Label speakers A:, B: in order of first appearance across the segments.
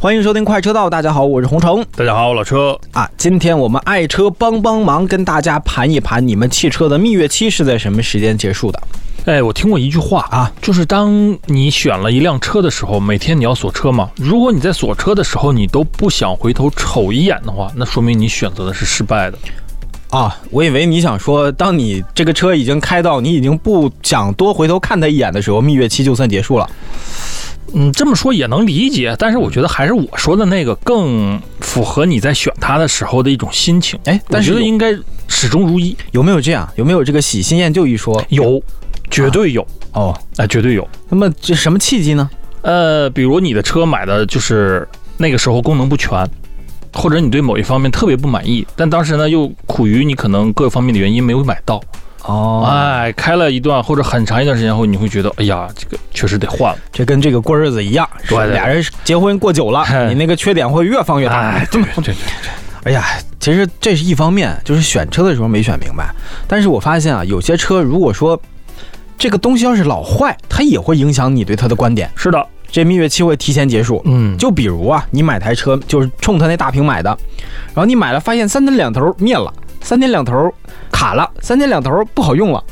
A: 欢迎收听快车道，大家好，我是红城
B: 大家好，我老车。
A: 啊。今天我们爱车帮帮忙，跟大家盘一盘你们汽车的蜜月期是在什么时间结束的
B: 哎，我听过一句话
A: 啊，
B: 就是当你选了一辆车的时候，每天你要锁车嘛。如果你在锁车的时候，你都不想回头瞅一眼的话，那说明你选择的是失败的。
A: 啊？我以为你想说，当你这个车已经开到你已经不想多回头看它一眼的时候，蜜月期就算结束了。
B: 嗯，这么说也能理解，但是我觉得还是我说的那个更符合你在选它的时候的一种心情。
A: 哎，但
B: 我
A: 是
B: 觉得
A: 有
B: 应该始终如一，
A: 有没有这样？有没有这个喜新厌旧一说？
B: 有，绝对有，
A: 哦，
B: 哎，绝对有。
A: 那么这什么契机呢？
B: 呃，比如你的车买的就是那个时候功能不全，或者你对某一方面特别不满意，但当时呢又苦于你可能各个方面的原因没有买到，
A: 哦
B: 哎，开了一段或者很长一段时间后，你会觉得，哎呀，这个确实得换了，
A: 这跟这个过日子一样，是
B: 对对
A: 俩人结婚过久了，
B: 嘿
A: 你那个缺点会越放越大。
B: 哎，对对对，
A: 哎呀，其实这是一方面，就是选车的时候没选明白。但是我发现啊，有些车如果说这个东西要是老坏，它也会影响你对它的观点。
B: 是的，
A: 这蜜月期会提前结束。
B: 嗯，
A: 就比如啊，你买台车就是冲它那大屏买的，然后你买了发现三天两头灭了，三天两头卡了，三天两头不好用了，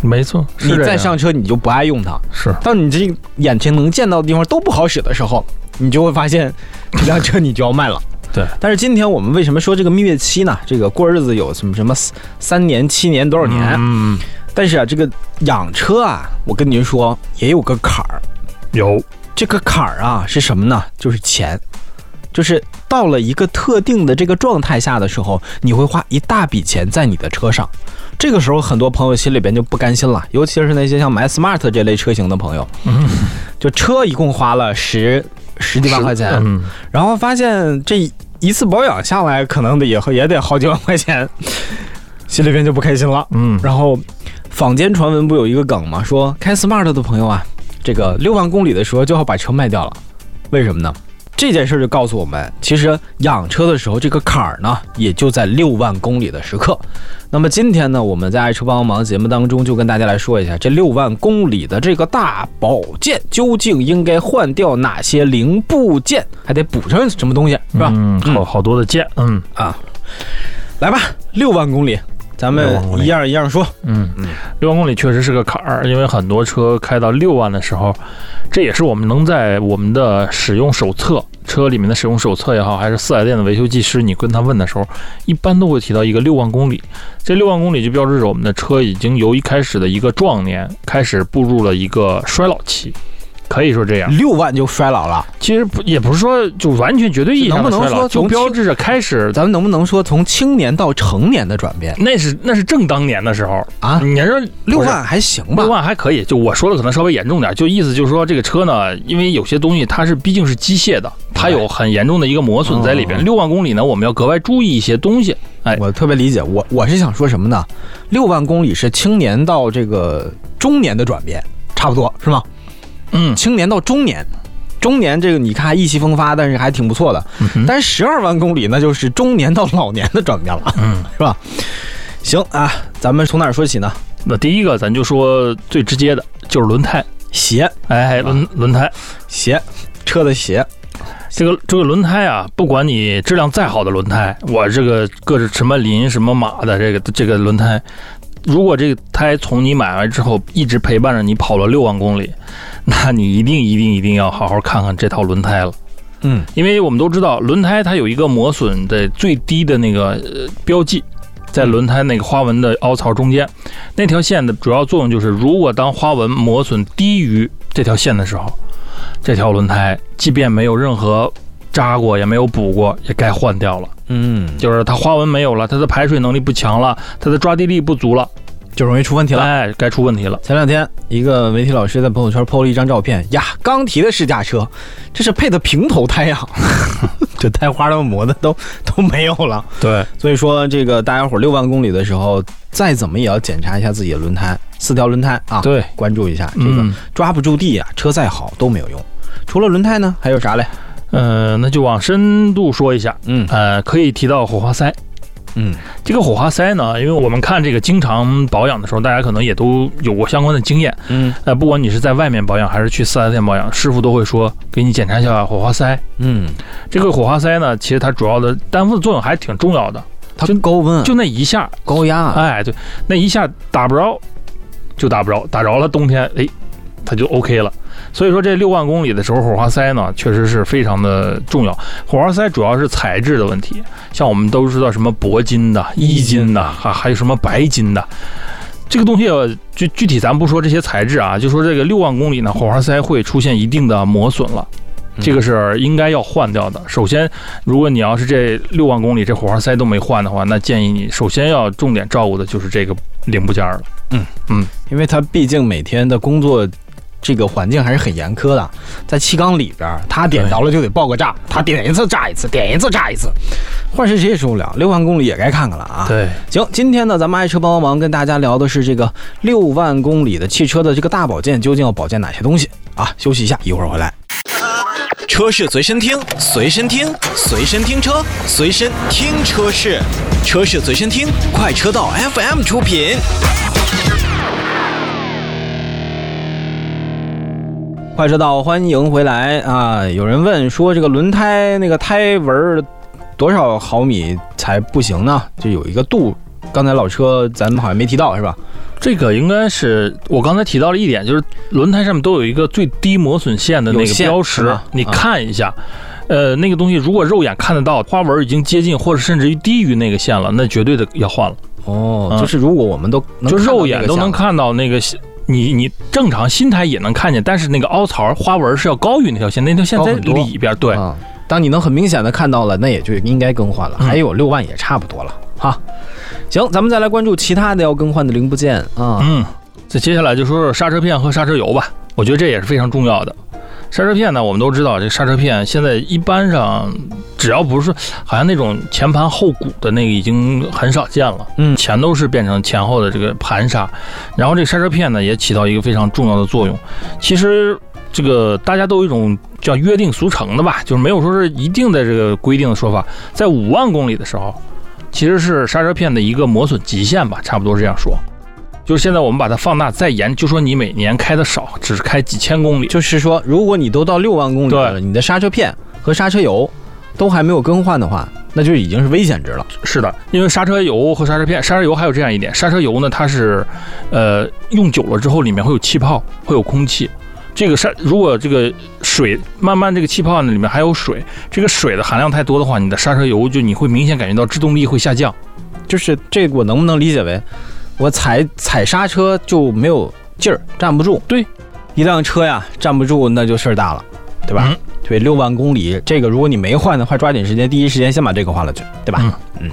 B: 没错，是
A: 你
B: 这
A: 再
B: 样
A: 上车你就不爱用它。
B: 是
A: 当你这眼前能见到的地方都不好使的时候，你就会发现这辆车你就要卖了。
B: 对，
A: 但是今天我们为什么说这个蜜月期呢？这个过日子有什么什么三三年、七年多少年？
B: 嗯，
A: 但是啊，这个养车啊，我跟您说也有个坎儿。
B: 有，
A: 这个坎儿啊是什么呢？就是钱，就是到了一个特定的这个状态下的时候，你会花一大笔钱在你的车上。这个时候，很多朋友心里边就不甘心了，尤其是那些像买 smart 这类车型的朋友，
B: 嗯
A: 就车一共花了十十几万块钱，
B: 嗯，
A: 然后发现这一次保养下来，可能得也也得好几万块钱，心里边就不开心了。
B: 嗯，
A: 然后坊间传闻不有一个梗吗？说开 smart 的朋友啊，这个六万公里的时候就要把车卖掉了，为什么呢？这件事儿就告诉我们，其实养车的时候这个坎儿呢，也就在六万公里的时刻。那么今天呢，我们在爱车帮帮忙节目当中就跟大家来说一下，这六万公里的这个大保健究竟应该换掉哪些零部件，还得补上什么东西，是吧？
B: 嗯，好好多的键，嗯
A: 啊，来吧，六万公里，咱
B: 6万公
A: 们
B: 里
A: 一样一样说。
B: 嗯，六万公里确实是个坎儿，因为很多车开到六万的时候，这也是我们能在我们的使用手册、车里面的使用手册也好，还是四 S 店的维修技师，你跟他问的时候，一般都会提到一个六万公里。这六万公里就标志着我们的车已经由一开始的一个壮年，开始步入了一个衰老期。可以说这样，
A: 六万就衰老了。
B: 其实不也不是说就完全绝对意义上的衰
A: 能不能
B: 老，
A: 说
B: 就
A: 从
B: 标志着开始，
A: 咱们能不能说从青年到成年的转变
B: 那是那是正当年的时候
A: 啊？
B: 你要说
A: 六
B: 不是
A: 万还行吧？
B: 六万还可以，就我说的可能稍微严重点，就意思就是说这个车呢，因为有些东西它是毕竟是机械的，它有很严重的一个磨损在里边。
A: 哦
B: 六万公里呢，我们要格外注意一些东西。哎，
A: 我特别理解，我我是想说什么呢？六万公里是青年到这个中年的转变，差不多是吗？
B: 嗯，
A: 青年到中年，中年这个你看意气风发，但是还挺不错的。
B: 但
A: 但十二万公里那就是中年到老年的转变了，
B: 嗯，
A: 是吧？行啊，咱们从哪儿说起呢？
B: 那第一个咱就说最直接的就是轮胎，
A: 鞋
B: 哎，轮轮胎，
A: 鞋，车的鞋，
B: 这个这个轮胎啊，不管你质量再好的轮胎，我这个各是什么林什么马的这个这个轮胎，如果这个胎从你买完之后一直陪伴着你跑了六万公里，那你一定一定一定要好好看看这套轮胎了。
A: 嗯，
B: 因为我们都知道，轮胎它有一个磨损的最低的那个呃标记，在轮胎那个花纹的凹槽中间，那条线的主要作用就是，如果当花纹磨损低于这条线的时候，这条轮胎即便没有任何扎过，也没有补过，也该换掉了。
A: 嗯，
B: 就是它花纹没有了，它的排水能力不强了，它的抓地力不足了，
A: 就容易出问题了。
B: 哎，该出问题了。
A: 前两天，一个媒体老师在朋友圈 PO 了一张照片呀，刚提的试驾车，这是配的平头胎呀、 这胎花都磨的都 都没有了。
B: 对，
A: 所以说，这个大家伙六万公里的时候，再怎么也要检查一下自己的轮胎，四条轮胎啊，
B: 对，
A: 关注一下这个
B: 嗯，
A: 抓不住地啊，车再好都没有用。除了轮胎呢，还有啥嘞？
B: 呃，那就往深度说一下，
A: 嗯
B: 呃，可以提到火花塞。
A: 嗯
B: 这个火花塞呢，因为我们看这个经常保养的时候，大家可能也都有过相关的经验。
A: 嗯
B: 呃，不管你是在外面保养还是去四 S 店保养，师傅都会说给你检查一下火花塞。
A: 嗯，
B: 这个火花塞呢，其实它主要的担负的作用还挺重要的，
A: 它
B: 就
A: 高温啊
B: 就那一下，
A: 高压啊，
B: 哎，对，那一下打不着就打不着，打着了冬天，哎，它就 OK 了。所以说这六万公里的时候，火花塞呢确实是非常的重要。火花塞主要是材质的问题，像我们都知道什么铂金的、一金啊的，还、还有什么白金的。这个东西呃具具体咱不说这些材质啊，就说这个六万公里呢，火花塞会出现一定的磨损了。
A: 嗯
B: 这个是应该要换掉的。首先，如果你要是这六万公里这火花塞都没换的话，那建议你首先要重点照顾的就是这个零部件了。
A: 因为它毕竟每天的工作。这个环境还是很严苛的，在气缸里边儿，它点着了就得爆个炸，它点一次炸一次，点一次炸一次，换谁谁也受不了。六万公里也该看看了啊！
B: 对，
A: 行，今天呢，咱们爱车帮帮忙跟大家聊的是这个六万公里的汽车的这个大保健究竟要保健哪些东西啊？休息一下，一会儿回来。
C: 车是随身听，随身听，随身听车，随身听车是，车是随身听，快车道 FM 出品。
A: 快车道，欢迎回来啊！有人问说这个轮胎那个胎纹儿多少毫米才不行呢？就有一个度，刚才老车咱们好像没提到是吧？
B: 这个应该是我刚才提到了一点，就是轮胎上面都有一个最低磨损线的那
A: 有
B: 个
A: 线
B: 标
A: 是
B: 识
A: 吧，
B: 你
A: 啊
B: 看一下。呃，那个东西如果肉眼看得到，花纹已经接近或者甚至于低于那个线了，那绝对的要换了。
A: 哦
B: 嗯
A: 就是如果我们都能
B: 就
A: 看到
B: 肉
A: 那
B: 眼
A: 个
B: 都
A: 像
B: 能看到那个线，你你正常心态也能看见，但是那个凹槽花纹是要高于那条线，那条线
A: 高
B: 在
A: 很多
B: 里边儿，对，
A: 啊，当你能很明显的看到了，那也就应该更换了。
B: 嗯
A: 还有六万也差不多了哈。行，咱们再来关注其他的要更换的零部件啊。
B: 嗯，这接下来就说说刹车片和刹车油吧，我觉得这也是非常重要的。刹车片呢，我们都知道，这刹车片现在一般上，只要不是好像那种前盘后鼓的那个已经很少见了，
A: 嗯
B: 前都是变成前后的这个盘刹，然后这刹车片呢也起到一个非常重要的作用。其实这个大家都有一种叫约定俗成的吧，就是没有说是一定的这个规定的说法，在五万公里的时候，其实是刹车片的一个磨损极限吧，差不多是这样说。就是现在我们把它放大再严，就说你每年开的少，只是开几千公里，
A: 就是说，如果你都到六万公里了，
B: 对
A: 你的刹车片和刹车油都还没有更换的话，那就已经是危险值了。
B: 是的，因为刹车油和刹车片，刹车油还有这样一点，刹车油呢，它是，呃，用久了之后里面会有气泡，会有空气。这个刹如果这个水慢慢这个气泡呢里面还有水，这个水的含量太多的话，你的刹车油就你会明显感觉到制动力会下降。
A: 就是这个，我能不能理解为我踩踩刹车就没有劲儿，站不住？
B: 对，
A: 一辆车呀站不住，那就事儿大了，对吧？
B: 嗯
A: 对，六万公里，这个如果你没换的话，抓紧时间，第一时间先把这个换了去，对吧？嗯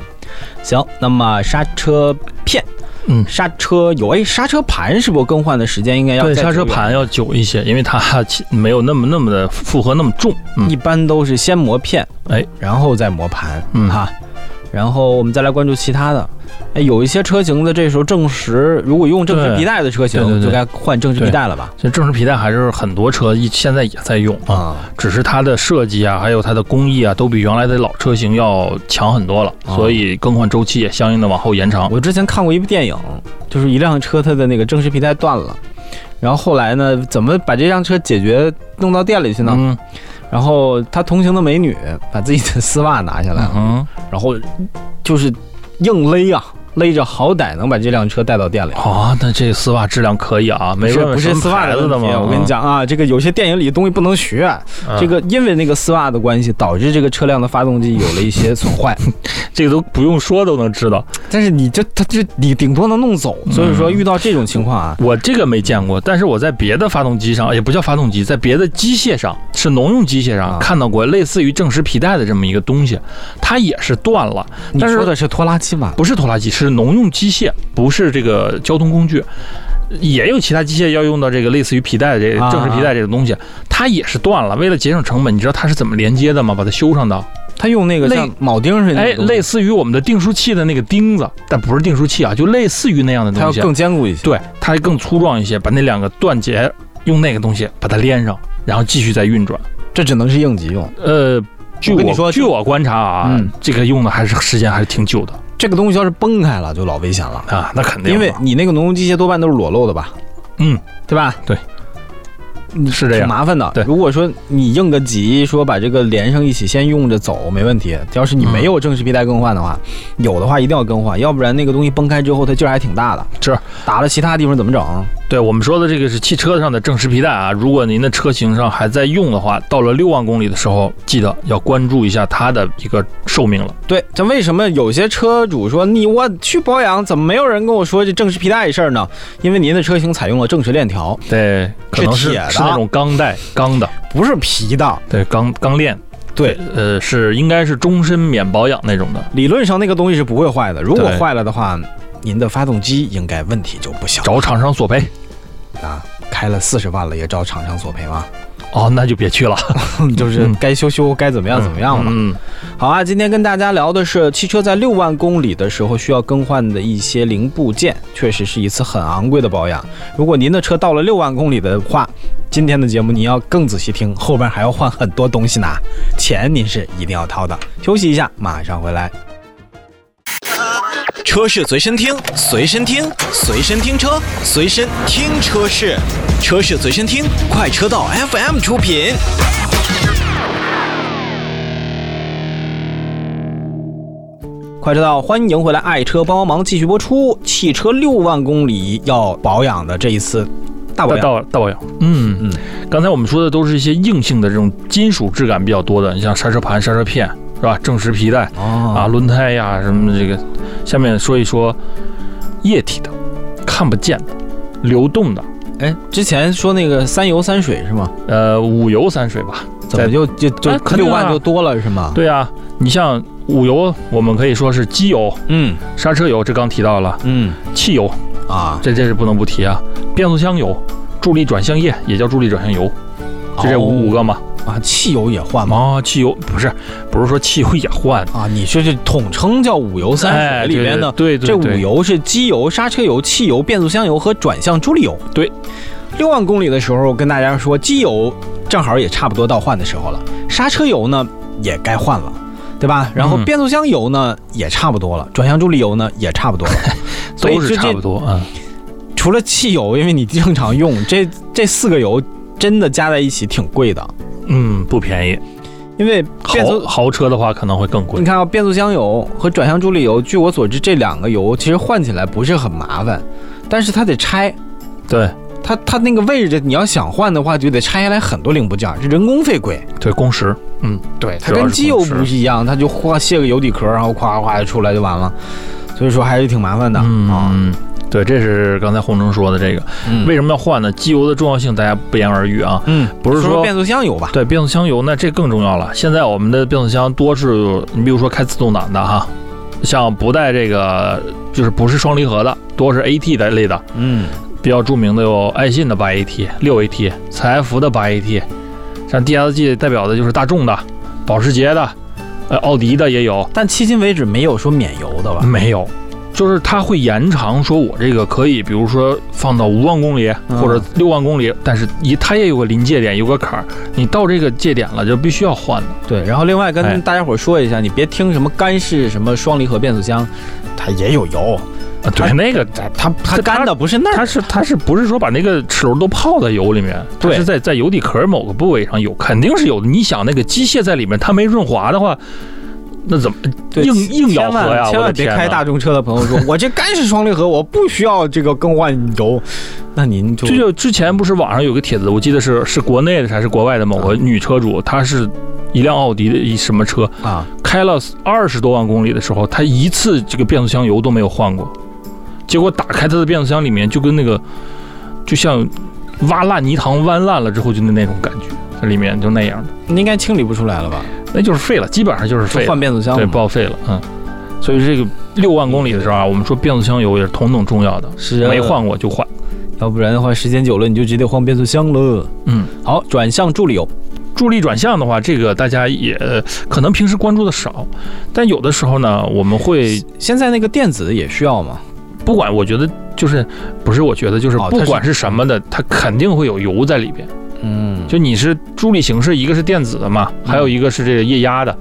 A: 行，那么刹车片，
B: 嗯
A: 刹车油，哎，刹车盘是不是更换的时间应该要
B: 对，
A: 再啊
B: 刹车
A: 久一点
B: 盘要久一些，因为它气没有那么那么的负荷那么重。嗯
A: 一，般都是先磨片，
B: 哎，
A: 然后再磨盘，
B: 嗯
A: 哈。然后我们再来关注其他的，哎，有一些车型的这时候正时，如果用正时
B: 对
A: 皮带的车型，
B: 对对对
A: 就该换正时皮带了吧？
B: 这正时皮带还是很多车一现在也在用啊。
A: 啊，
B: 只是它的设计啊，还有它的工艺啊，都比原来的老车型要强很多了，
A: 哦
B: 所以更换周期也相应的往后延长。
A: 我之前看过一部电影，就是一辆车它的那个正时皮带断了，然后后来呢，怎么把这辆车解决弄到店里去呢？
B: 嗯
A: 然后他同行的美女把自己的丝袜拿下来了，
B: 嗯，
A: 然后就是硬勒啊，勒着好歹能把这辆车带到店里。
B: 好、啊，那这丝袜质量可以啊，没
A: 不
B: 问
A: 是不是丝袜
B: 子
A: 的
B: 的
A: 问
B: 嗯
A: 题
B: 吗？
A: 我跟你讲啊，这个有些电影里东西不能学，
B: 嗯，
A: 这个因为那个丝袜的关系，导致这个车辆的发动机有了一些损 坏。
B: 这个都不用说都能知道。
A: 但是你这它这你顶多能弄走，所以说遇到这种情况啊，
B: 我这个没见过，但是我在别的发动机上，也不叫发动机，在别的机械上，是农用机械上、
A: 啊
B: 看到过类似于正时皮带的这么一个东西，它也是断了，
A: 你
B: 但是
A: 说的是拖拉机吧？
B: 不是拖拉机，是农用机械，不是这个交通工具。也有其他机械要用到这个类似于皮带的这个
A: 啊
B: 正式皮带这种东西，它也是断了。为了节省成本，你知道它是怎么连接的吗？把它修上的，
A: 它用那个像
B: 类
A: 铆钉似的，
B: 哎，类，似于我们的订书器的那个钉子，但不是订书器啊，就类似于那样的
A: 它
B: 东
A: 要
B: 西。
A: 更坚固一些。
B: 对，它更粗壮一些，把那两个断节用那个东西把它连上，然后继续再运转。
A: 这只能是应急用。
B: 呃，据
A: 我跟你
B: 我
A: 说
B: 据我观察啊，
A: 嗯
B: 这个用的还是时间还是挺久的
A: 这个东西要是崩开了，就老危险了，
B: 啊，那肯定的，
A: 因为你那个农用机械多半都是裸露的吧？
B: 嗯，
A: 对吧？
B: 对
A: 你，
B: 是这
A: 挺
B: 样
A: 麻烦的。
B: 对
A: 如果说你应个急，说把这个连上一起先用着走，没问题。要是你
B: 嗯
A: 没有正式皮带更换的话，有的话一定要更换，要不然那个东西崩开之后，它劲儿还挺大的。
B: 是
A: 打了其他地方怎么整？
B: 对我们说的这个是汽车上的正时皮带啊，如果您的车型上还在用的话，到了六万公里的时候，记得要关注一下它的一个寿命了。
A: 对，这为什么有些车主说你我去保养，怎么没有人跟我说这正时皮带一事儿呢？因为您的车型采用了正时链条，
B: 对，可能
A: 是
B: 是
A: 铁的
B: 是那种钢带钢的，
A: 不是皮的。
B: 对钢钢链，
A: 对，
B: 呃，是应该是终身免保养那种的，
A: 理论上那个东西是不会坏的，如果
B: 对
A: 坏了的话，您的发动机应该问题就不小
B: 找厂商索赔。
A: 啊。开了四十万了，也找厂商索赔吗？
B: 哦，那就别去了，
A: 就是
B: 嗯
A: 该修修，该怎么样怎么样嘛。
B: 嗯，嗯
A: 好啊，今天跟大家聊的是汽车在六万公里的时候需要更换的一些零部件，确实是一次很昂贵的保养。如果您的车到了六万公里的话，今天的节目您要更仔细听，后边还要换很多东西呢，钱您是一定要掏的。休息一下，马上回来。
C: 车是随身听，随身听，随身听车，随身听车是，车是随身听，快车道 FM 出品。
A: 快车道，欢迎回来，爱车帮帮忙继续播出。汽车六万公里要保养的这一次大保
B: 大
A: 养，
B: 大大保养，嗯
A: 嗯，
B: 刚才我们说的都是一些硬性的这种金属质感比较多的，你像刹车盘、刹车片是吧？正时皮带。啊，
A: 哦，
B: 轮胎呀什么的这个。下面说一说液体的、看不见的、流动的，
A: 哎，之前说那个三油三水是吗？
B: 呃，五油三水吧。
A: 怎么
B: 在
A: 就就就
B: 哎肯
A: 六
B: 定啊
A: 万就多了是吗？，
B: 对啊，你像五油，我们可以说是机油、
A: 嗯
B: 刹车油，这刚提到了，
A: 嗯
B: 汽油，
A: 啊，
B: 这这是不能不提啊，变速箱油。助力转向液也叫助力转向油，就这五五
A: 个
B: 个嘛。
A: 哦啊，汽油也换吗？
B: 哦啊，汽油不是，不是说汽油也换，
A: 啊，你说这统称叫五油三
B: 哎，
A: 水里边的，
B: 对对
A: 这
B: 对，
A: 五
B: 对，
A: 油是机油、刹车油、汽油、变速箱油和转向助力油。
B: 对，
A: 六万公里的时候，我跟大家说，机油正好也差不多到换的时候了，刹车油呢也该换了。对吧？然后
B: 嗯
A: 变速箱油呢、也差不多了，转向助力油呢也差不多了，所以
B: 都是
A: 就这
B: 差不多啊。
A: 除了汽油，因为你正常用，这这四个油真的加在一起挺贵的。
B: 嗯，不便宜。
A: 因为变
B: 豪
A: 速，
B: 豪车的话可能会更贵
A: 你。看啊，变速箱油和转向助力油，据我所知，这两个油其实换起来不是很麻烦，但是它得拆，
B: 对
A: 它它那个位置，你要想换的话，就得拆下来很多零部件，这人工费贵。
B: 对，工时，嗯，
A: 对，它
B: 主要
A: 跟
B: 是
A: 机油
B: 工时
A: 不是一样，它就哗卸个油底壳，然后咵咵就出来就完了，所以说还是挺麻烦的啊。
B: 嗯，对，这是刚才洪城说的这个，
A: 嗯
B: 为什么要换呢？机油的重要性大家不言而喻啊。
A: 嗯，
B: 不是
A: 说
B: 说
A: 变速箱油吧？
B: 对，变速箱油那这更重要了。现在我们的变速箱多是，你比如说开自动挡的哈，像不带这个就是不是双离合的，多是 AT 的类的，
A: 嗯，
B: 比较著名的有爱信的八 AT、六 AT、采埃孚的八 AT，像 DSG 代表的就是大众的、保时捷的，呃，奥迪的也有，
A: 但迄今为止没有说免油的吧？
B: 没有，就是它会延长，说我这个可以，比如说放到五万公里
A: 嗯
B: 或者六万公里，但是一它也有个临界点，有个坎儿，你到这个界点了就必须要换的。
A: 对，然后另外跟
B: 哎
A: 大家伙说一下，你别听什么干式什么双离合变速箱，它也有油，
B: 啊，对，那个
A: 它它它
B: 它
A: 干的不是那儿。
B: 它是它是不是说把那个齿轮都泡在油里面？它
A: 对
B: 是在在油底壳某个部位上有，肯定是有的。你想那个机械在里面，它没润滑的话，那怎么
A: 对
B: 硬硬
A: 千
B: 咬合呀
A: 万千
B: 我的
A: 万别
B: 天呐
A: 开大众车的朋友 说，我这干式双离合，我不需要这个更换油，那您就
B: 这就之前不是网上有个帖子，我记得是是国内的还是国外的某个女车主，她是一辆奥迪的一什么车，
A: 啊，
B: 开了二十多万公里的时候，她一次这个变速箱油都没有换过，结果打开她的变速箱里面就跟那个就像挖烂泥塘弯烂了之后就那那种感觉，它里面就那样的，
A: 你应该清理不出来了吧？
B: 那就是废了，基本上就是
A: 就
B: 废了
A: 换，变速箱
B: 对，
A: 嘛
B: 报废了，嗯。所以这个六万公里的时候啊，我们说变速箱油也是同等重要的，
A: 是啊
B: 没，换过就换。
A: 要不然的话时间久了你就直接换变速箱了。
B: 嗯，
A: 好，转向助力油，
B: 助力转向的话，这个大家也呃可能平时关注的少，但有的时候呢，我们会
A: 现在那个电子也需要嘛？
B: 不管，我觉得就是不是，我觉得就是
A: 哦它
B: 不
A: 是
B: 管是什么的，它肯定会有油在里边。
A: 嗯
B: 就你是助力形式，一个是电子的嘛，还有一个是这个液压的，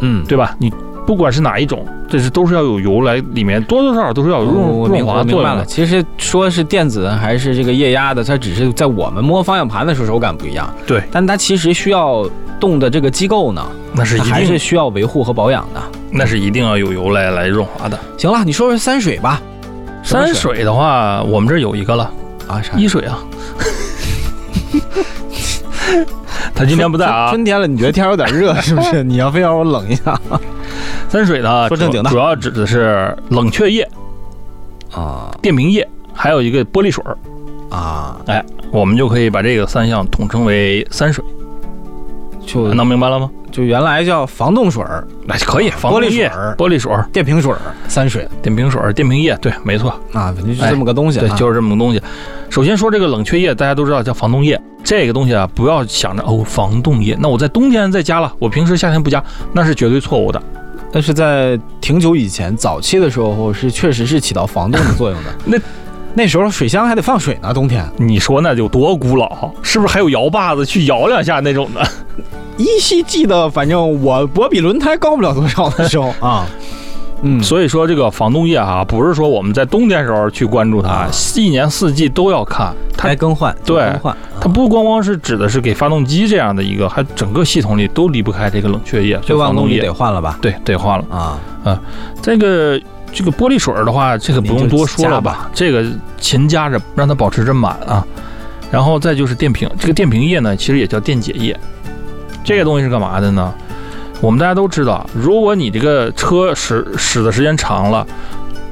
A: 嗯，
B: 对吧？你不管是哪一种，这是都是要有油来里面多多少少都是要有润
A: 我明
B: 润滑
A: 我
B: 作
A: 明白
B: 用
A: 了。
B: 的。
A: 其实说是电子的还是这个液压的，它只是在我们摸方向盘的时候手感不一样。
B: 对，
A: 但它其实需要动的这个机构呢，
B: 那是
A: 它
B: 一
A: 还是
B: 定，
A: 需要维护和保养的。
B: 那是一定要有油来来润滑的。
A: 行了，你说说三水吧。什么
B: 山水的话，我们这儿有一个了，
A: 啊，啥？
B: 一水啊。 他今天不在啊。
A: 春天了，你觉得天有点热是不是？你 要非要我冷一下
B: 三水呢，
A: 说正经的
B: 主主要指的是冷却液、
A: 啊
B: 电瓶液，还有一个玻璃水儿，
A: 啊，
B: 我们就可以把这个三项统称为三水。
A: 就
B: 能明白了吗？
A: 就原来叫防冻水儿、
B: 那可以，防
A: 玻璃
B: 冻液
A: 水儿
B: 玻璃水儿、
A: 电瓶水儿、三水
B: 电瓶水儿、电瓶液，对，没错，
A: 啊，反正就这么个东西啊。
B: 哎对，就是这么个东西。首先说这个冷却液，大家都知道叫防冻液，这个东西啊，不要想着哦，防冻液，那我在冬天再加了，我平时夏天不加，那是绝对错误的。
A: 但是在挺久以前，早期的时候是确实是起到防冻的作用的
B: 。那
A: 那时候水箱还得放水呢，冬天
B: 你说那有多古老？是不是还有摇把子去摇两下那种的？
A: 依稀记得，反正我我比轮胎高不了多少的 时候啊，嗯，
B: 所以说这个防冻液哈、不是说我们在冬天时候去关注它
A: 啊，
B: 一年四季都要看。它
A: 该更换就
B: 对
A: 更换，
B: 它不光光是指的是给发动机这样的一个，还整个系统里都离不开这个冷却液，就
A: 六万
B: 防
A: 公
B: 冻
A: 里
B: 液
A: 得。换了吧？
B: 对，得换了。
A: 啊，
B: 这个这个玻璃水儿的话，这个不用多说了吧？这个勤加着，让它保持着满啊。然后再就是电瓶，这个电瓶液呢，其实也叫电解液。这个东西是干嘛的呢？我们大家都知道，如果你这个车使使的时间长了，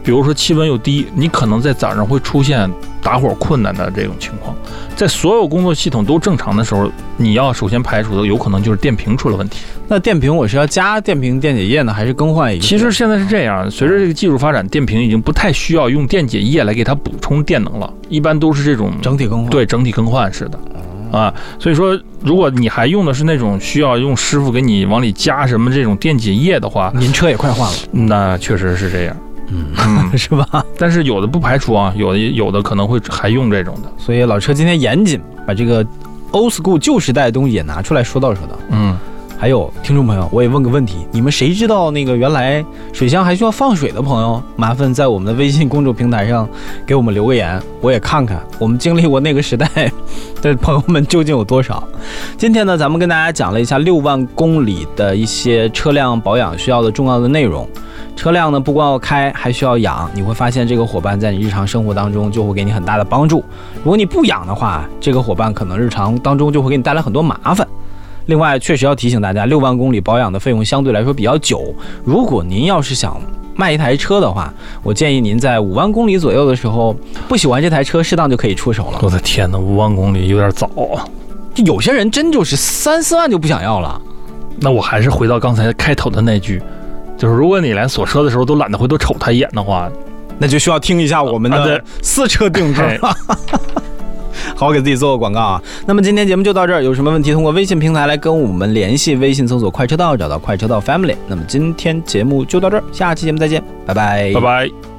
B: 比如说气温又低，你可能在早上会出现打火困难的这种情况。在所有工作系统都正常的时候，你要首先排除的有可能就是电瓶出了问题。
A: 那电瓶我是要加电瓶电解液呢，还是更换一个？
B: 其实现在是这样，随着这个技术发展，电瓶已经不太需要用电解液来给它补充电能了，一般都是这种
A: 整体更换，
B: 对整体更换式的。啊，所以说，如果你还用的是那种需要用师傅给你往里加什么这种电解液的话，
A: 您车也快 换了，
B: 那确实是这样。嗯，
A: 是吧？
B: 但是有的不排除啊，有的有的可能会还用这种的。
A: 所以老车今天严谨，把这个 old school 旧时代的东西也拿出来说道说道。
B: 嗯，
A: 还有听众朋友，我也问个问题，你们谁知道那个原来水箱还需要放水的朋友，麻烦在我们的微信公众平台上给我们留个言，我也看看我们经历过那个时代的朋友们究竟有多少。今天呢，咱们跟大家讲了一下六万公里的一些车辆保养需要的重要的内容。车辆呢，不光要开，还需要养。你会发现这个伙伴在你日常生活当中就会给你很大的帮助。如果你不养的话，这个伙伴可能日常当中就会给你带来很多麻烦。另外，确实要提醒大家，六万公里保养的费用相对来说比较久。如果您要是想卖一台车的话，我建议您在五万公里左右的时候，不喜欢这台车，适当就可以出手了。
B: 我的天哪，五万公里有点早啊。
A: 就有些人真就是三四万就不想要了。
B: 那我还是回到刚才开头的那句，就是如果你连锁车的时候都懒得回头瞅他一眼的话，
A: 那就需要听一下我们
B: 啊
A: 的
B: 对
A: 四车定制
B: 哎
A: 了。 好，给自己做个广告啊。那么今天节目就到这儿，有什么问题通过微信平台来跟我们联系，微信搜索“
B: 哎
A: 快车道”，找到“快车道 Family”。那么今天节目就到这儿，下期节目再见，拜拜，
B: 拜拜。